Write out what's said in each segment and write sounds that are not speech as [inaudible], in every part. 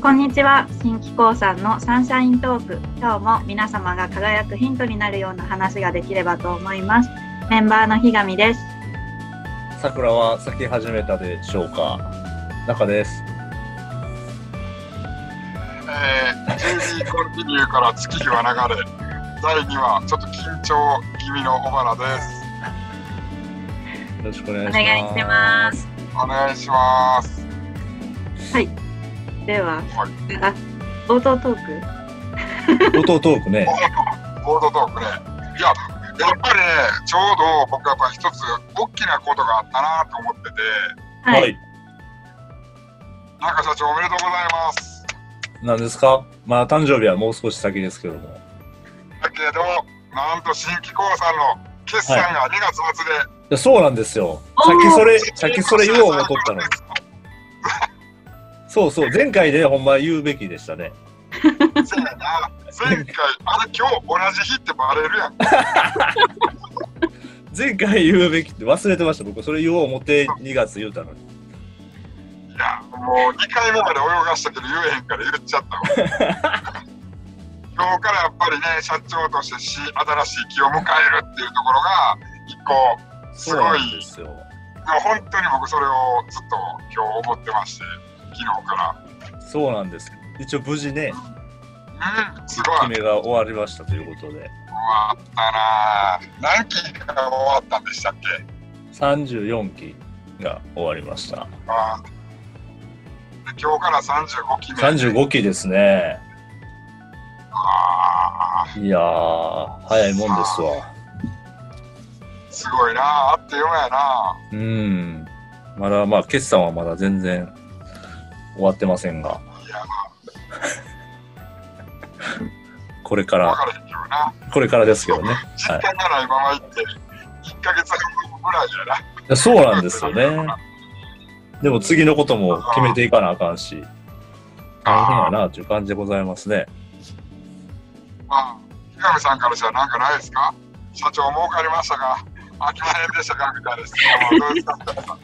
こんにちは新機構さんのサンシャイントーク今日も皆様が輝くヒントになるような話ができればと思いますメンバーの日上です桜は咲き始めたでしょうか中です。えー、12コンティニューから月日は流れ、第2話、ちょっと緊張気味の小原です。よろしくお願いおします。願いしますお願いします。でははい、あ冒頭トー音トークね。ボードトークね。いや、やっぱりね、ちょうど僕はやっぱ一つ大きなことがあったなと思ってて、クはい、。中社長おめでとうございます。何ですかまあ誕生日はもう少し先ですけども。だけど、なんと新機構さんの決算が2月末で、いやそうなんですよ。おーさっきそれ、さっきそれ言おう思っとったのに。そうそう、前回でほんま言うべきでしたね。せやな前回、あれ今日同じ日ってバレるやん。前回言うべきって忘れてました。僕、それ言おう思って2月言うたのに。いや、もう2回目まで泳がしたけど言えへんから言っちゃったわ。今日からやっぱりね、社長としてし新しい気を迎えるっていうところが、一個、すそごいうなんですよ。本当に僕それをずっと今日思ってまして、昨日かそうなんです。一応無事ね、ら。うん、すごい。終決めが終わりましたということで。わったなぁ。何期が終わったんでしたっけ34期が終わりました。あーで今日から35期目。 35期ですね。あーいやー、早いもんですわ。すごいなぁ。あっという間やなぁ。うん。まだ、まあ、決算はまだ全然終わってませんが、いや、これか分ら、からへんけどな。これからですけどね。実感がないまま行って、1ヶ月半ぐらいやな。いやそうなんですよね。でも次のことも決めていかなあかんし、大変やなという感じでございますね。まあ、日上さんからしたら何かないですか社長儲かりましたか飽きまへんでしたかみたいな質問はどうですか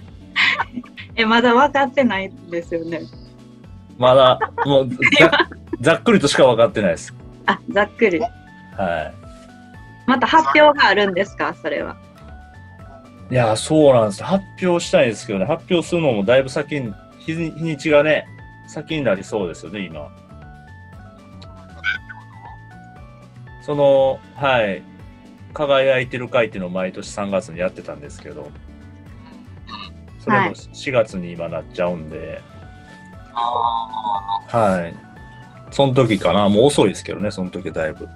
えまだ分かってないんですよねまだ、もうざ、ざっくりとしか分かってないです。あざっくりは。また発表があるんですかそれはいいや、そうなんです。発表したいですけどね、発表するのもだいぶ先に、日に日にちがね、先になりそうですよね、今。その、はい、輝いてる会っていうのを毎年3月にやってたんですけど、それはいも4月に今なっちゃうんで、あはい。その時かな、もう遅いですけどね、その時だいぶ。ーま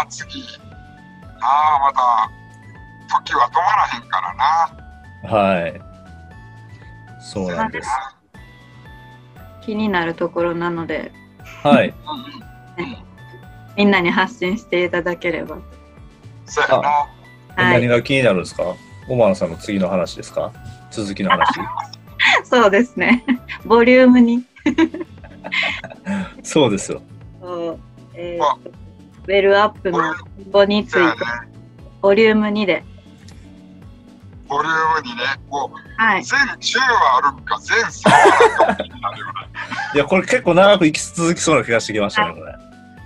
あな、次。ああ、また、時は止まらはへんからな。い。そうなんです。気になるところなのではい。うんうん。うん。みんなに発信していただければそうやな。は何いが気になるんですかオマーさんの次の話ですか続きの話そうですね [laughs] ボリュームに [laughs] そうですよ。そうえあーとウェルアップの今後につそうやいねて。ボリューム2でボリュームにね、もうはい全10はあるんか、全3はあるんかも気になるよね。いや、これ結構長く生き続きそうな気がしてきましたね、これ。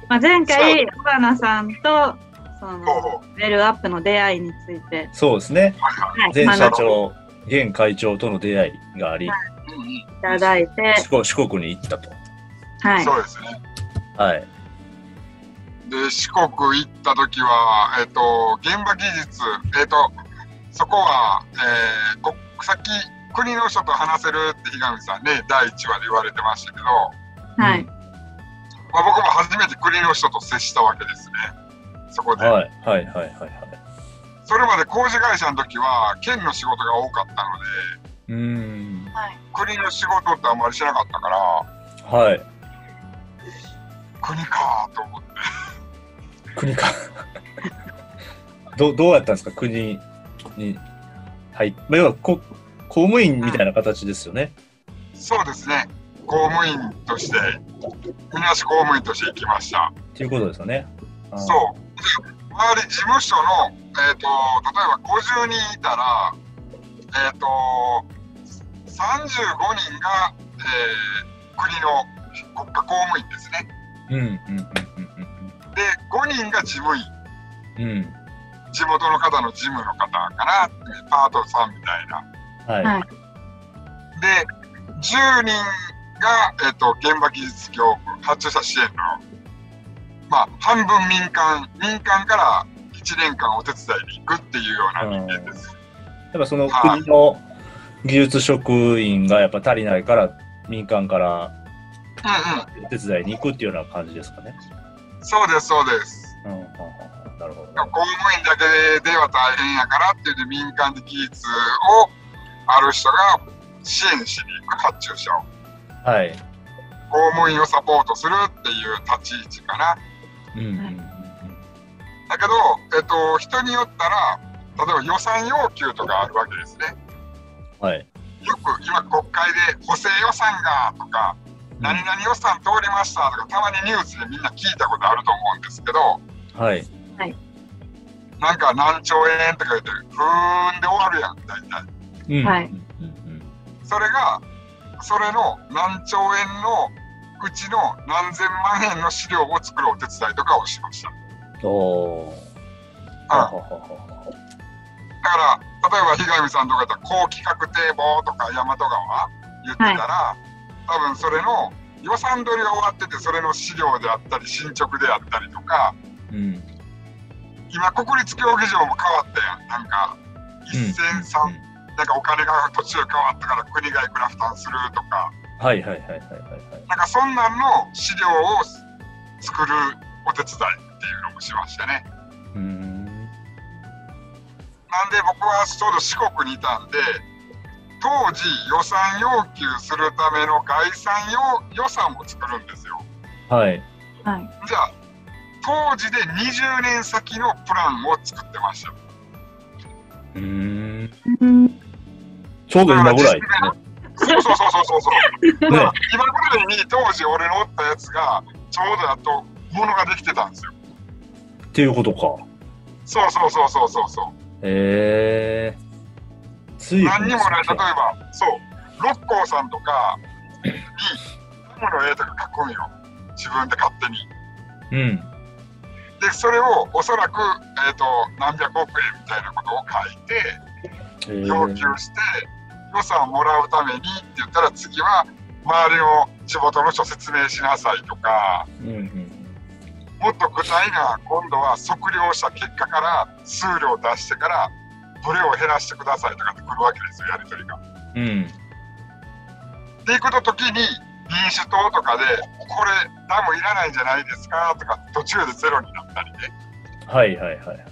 まあ、前そ回小花さんとそのお [laughs] ウェルアップの出会いについて、そうですね。はいははい、前社学んで長、現会長との出会いがあり、い。うんうんいただいて、四国四国に行ったと。はい、そうですね。はい。で四国行った時は、えっと現場技術、えっとそこは、えー、こさっき国の人と話せるって日上さんね第1話で言われてましたけど、はい、まあ、僕も初めて国の人と接したわけですねそこで、はい。はい。はい。はい。はい。それまで工事会社の時は県の仕事が多かったのでうーん。国の仕事ってあんまりしなかったからはい。国かと思って国か。 [laughs] どうどうやったんですか国に。はい。まあ要はこ、公務員みたいな形ですよね。そうですね公務員としてみなし公務員として行きましたっていうことですよね。あーそう。周り事務所の、えー、と例えば50人いたら、えー、と35人が、え国の国家公務員ですね。うんうんうんで、5人が事務員、うんうんうん地元の方の事務の方かな、パートさんみたいな。はい、はいで、10人が、えっと現場技術業務発注者支援の、まあ、半分民間、民間から1年間お手伝いに行くっていうような人間です。やっぱその国の技術職員がやっぱ足りないから民間からうんうんお手伝いに行くっていうような感じですかね。そうです、そうです。うんうんうんなるほど。公務員だけでは大変やからっていうんで民間で技術をある人が支援しに行く発注者をはい。公務員をサポートするっていう立ち位置かなうんうんうんだけど、えっと、人によったら例えば予算要求とかあるわけですねはい。よく今国会で補正予算がとか何々予算通りましたとかたまにニュースでみんな聞いたことあると思うんですけどはい。なんか何兆円とか言ってふーんで終わるやん大体。うんはいうんうんそれがそれの何兆円のうちの何千万円の資料を作るお手伝いとかをしました。うんおーはうははんはだから例えば比上さんとかだったら後期確定簿とか大和川言ってたら、多分それの予算取りが終わっててそれの資料であったり進捗であったりとかうん今国立競技場も変わったやんなんか1003、なんかお金が途中変わったから国がいくら負担するとかはいはいはいはいはいはい。なんかそんなんの資料を作るお手伝いっていうのもしましたね。うーんなんで僕はちょうど四国にいたんで当時予算要求するための概算要予算を作るんですよ。はい。はい。じゃあ当時で20年先のプランを作ってました。うーんうん。ちょうど今ぐらいでそうそうそうそうそう。すね。ね。今ぐらいに当時俺のおったやつがちょうどやっと物ができてたんですよ。っていうことか。そうそうそうそうそうそう。ええー。つい何にもない例えばそう六甲さんとかにダムの絵とか描くんよ自分で勝手にうん。でそれをおそらく、えー、と何百億円みたいなことを書いてえー要求して予算をもらうためにって言ったら次は周りの地元の人説明しなさいとかうんうん。もっと具体な今度は測量した結果から数量出してからブレを減らしてくださいとかってくるわけですよやり取りが。うん。っていくと時に民主党とかでこれダムいらないんじゃないですかとか途中でゼロになったりね、はいはいはいはいはい。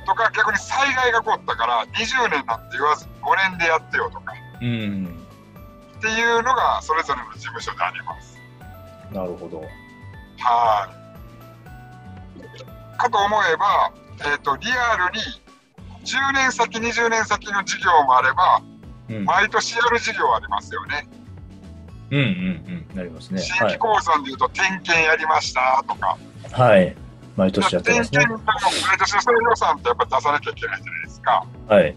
うん、とか逆に災害が起こったから20年なんて言わず5年でやってよとかうん。っていうのがそれぞれの事務所であります。なるほど。はいかと思えば、えー、とリアルに10年先20年先の事業もあればうん。毎年やる事業ありますよね。うんうんうん。なりますね。新は規い。興産でいうと点検やりましたとかはい。毎年やって点ますね検。も毎年それ予算ってやっぱ出さなきゃいけないじゃないですか。はい。で、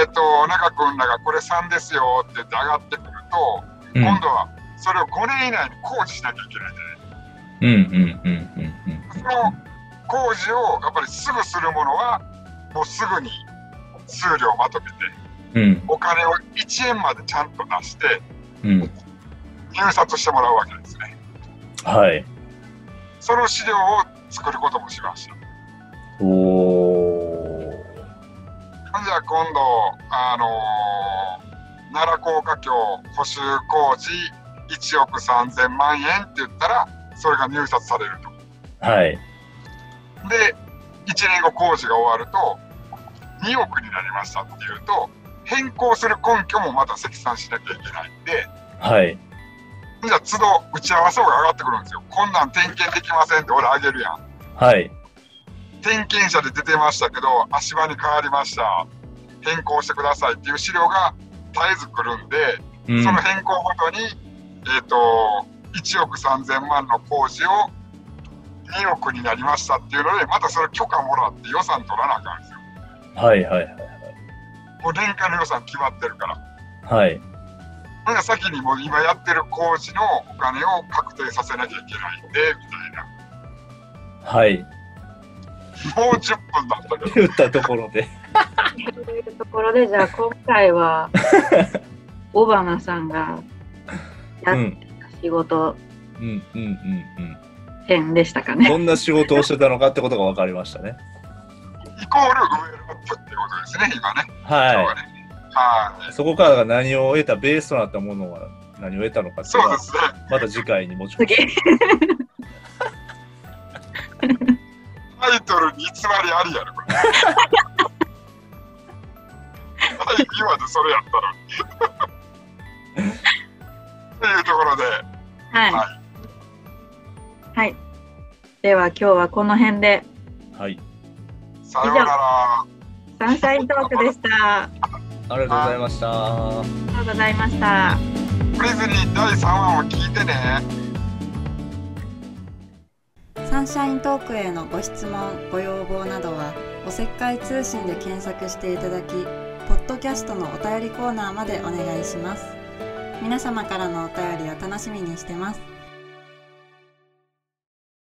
えっ、と、中君らがこれ3ですよって言って上がってくると、うん。うん今度はそれを5年以内に工事しなきゃいけないじゃないうんうんうんその工事をやっぱりすぐするものは、もうすぐに数量まとめて、うん。うんお金を1円までちゃんと出して、うん。入札してもらうわけですね。はい。その資料を作ることもしました。おお。じゃあ今度、あのー奈良高架橋補修工事1億3000万円って言ったらそれが入札されるとはい。で1年後工事が終わると2億になりましたっていうと変更する根拠もまた積算しなきゃいけないんではい。じゃあ都度打ち合わせが上がってくるんですよこんなん点検できませんって俺あげるやんはい。点検者で出てましたけど足場に変わりました変更してくださいっていう資料が絶えず来るんでうん。その変更ごとに、えー、と1億3000万の工事を2億になりましたっていうのでまたそれ許可もらって予算取らなあかんんですよ。はいはいはい。もう年間の予算決まってるから。はい。ほんなら先にもう今やってる工事のお金を確定させなきゃいけないんでみたいなはい。もう10分だったけど言ったところで。というところで、じゃあ今回 [laughs] は、オバマさんがうやっん。た仕事うんうんうん編でしたかうん。ね。どんな仕事をしてたのかってことが分かりましたね。イコールウェルアップっていうことですね今ね今日ははねはいい。そこからが何を得た、ベースとなったものが何を得たのかっていうそうのでは、すねまた次回に持ち込次、タイトルに偽りありやろこれはい今でそれやったのに [laughs] というところではい。はい。では今日はこの辺で、む。はい。さようなら。サンシャイントークでした。あありがとうございました。りがとうございました。プリズニー第3話を聞いてね。サンシャイントークへのご質問ご要望などはおせっかい通信で検索していただきポッドキャストのお便りコーナーまでお願いします皆様からのお便りを楽しみにしてます